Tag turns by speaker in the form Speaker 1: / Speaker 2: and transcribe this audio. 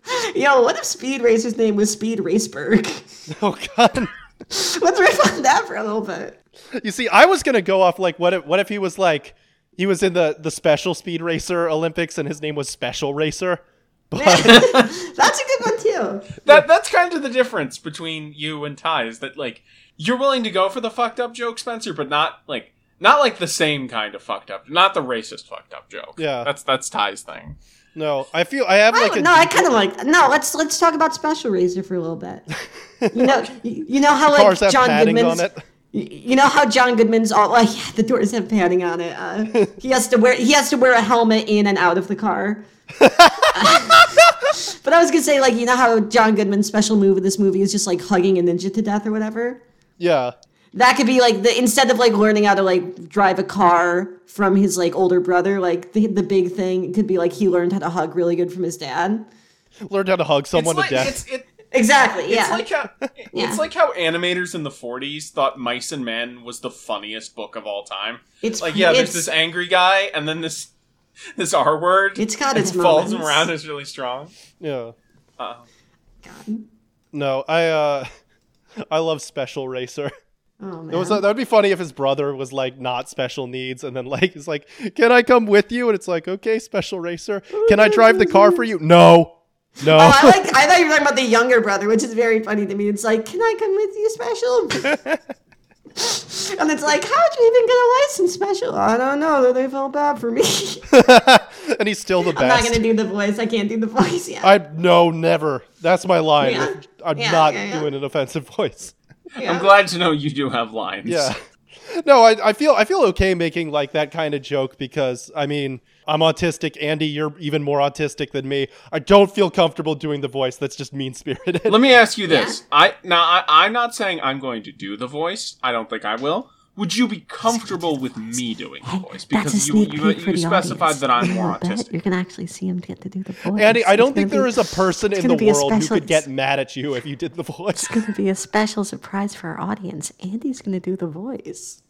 Speaker 1: Yo, what if Speed Racer's name was Speed Raceberg?
Speaker 2: Oh God.
Speaker 1: Let's riff on that for a little bit.
Speaker 2: You see, I was gonna go off like what if what if he was like he was in the the special speed racer Olympics and his name was Special Racer. But
Speaker 1: That's a good one too.
Speaker 3: That that's kind of the difference between you and Ty is that like you're willing to go for the fucked up joke, Spencer, but not like not like the same kind of fucked up, not the racist fucked up joke.
Speaker 2: Yeah.
Speaker 3: that's that's Ty's thing.
Speaker 2: no, I feel I have
Speaker 1: I
Speaker 2: like
Speaker 1: don't
Speaker 2: a
Speaker 1: know. I kind of like no. Let's let's talk about Special Razor for a little bit. You know, you, you know how like
Speaker 2: cars have
Speaker 1: John
Speaker 2: padding
Speaker 1: Goodman's.
Speaker 2: on it.
Speaker 1: y- You know how John Goodman's all like the doors have padding on it. Uh, he has to wear he has to wear a helmet in and out of the car. but I was gonna say like you know how John Goodman's special move in this movie is just like hugging a ninja to death or whatever.
Speaker 2: Yeah.
Speaker 1: That could be like the instead of like learning how to like drive a car from his like older brother, like the the big thing could be like he learned how to hug really good from his dad.
Speaker 2: Learned how to hug someone
Speaker 3: it's like,
Speaker 2: to death.
Speaker 3: It's, it,
Speaker 1: Exactly.
Speaker 3: it's
Speaker 1: Yeah.
Speaker 3: like how
Speaker 1: Yeah.
Speaker 3: it's like how animators in the 40s thought Mice and Men was the funniest book of all time.
Speaker 1: It's-
Speaker 3: like yeah,
Speaker 1: it's-
Speaker 3: there's this angry guy, and then this this R word.
Speaker 1: It's got
Speaker 3: and
Speaker 1: its
Speaker 3: folds him
Speaker 1: moments.
Speaker 3: around is really strong.
Speaker 2: Yeah.
Speaker 3: Uh,
Speaker 2: No, I uh I love Special Racer.
Speaker 1: oh man.
Speaker 2: It was that would be funny if his brother was like not special needs and then like he's like, "Can I come with you?" and it's like, "Okay, Special Racer. Can I drive the car for you?" No. No.
Speaker 1: Oh, I like. I thought you were talking about the younger brother, which is very funny to me. It's like, can I come with you, special? and it's like, how would you even get a license, special? I don't know. They felt bad for me.
Speaker 2: and he's still the
Speaker 1: I'm not
Speaker 2: best.
Speaker 1: gonna do the voice. I can't do the voice yet.
Speaker 2: I no, never. That's my line.
Speaker 1: Yeah.
Speaker 2: I'm
Speaker 1: Yeah,
Speaker 2: not
Speaker 1: yeah, yeah.
Speaker 2: doing an offensive voice.
Speaker 1: Yeah.
Speaker 3: I'm glad to know you do have lines.
Speaker 2: Yeah. No, I, I feel I feel okay making like that kind of joke because I mean I'm autistic. Andy, you're even more autistic than me. I don't feel comfortable doing the voice. That's just mean spirited.
Speaker 3: Let me ask you this. I now I, I'm not saying I'm going to do the voice. I don't think I will. Would you be comfortable with me doing the voice? Because you you, you specified that I'm more autistic.
Speaker 1: can actually see him get to do the voice.
Speaker 2: Andy, I don't think there is a person
Speaker 1: it's
Speaker 2: in the
Speaker 1: gonna be a
Speaker 2: world who
Speaker 1: special-
Speaker 2: could get mad at you if you did the voice.
Speaker 1: going to be a special surprise for our audience. Andy's going to do the voice.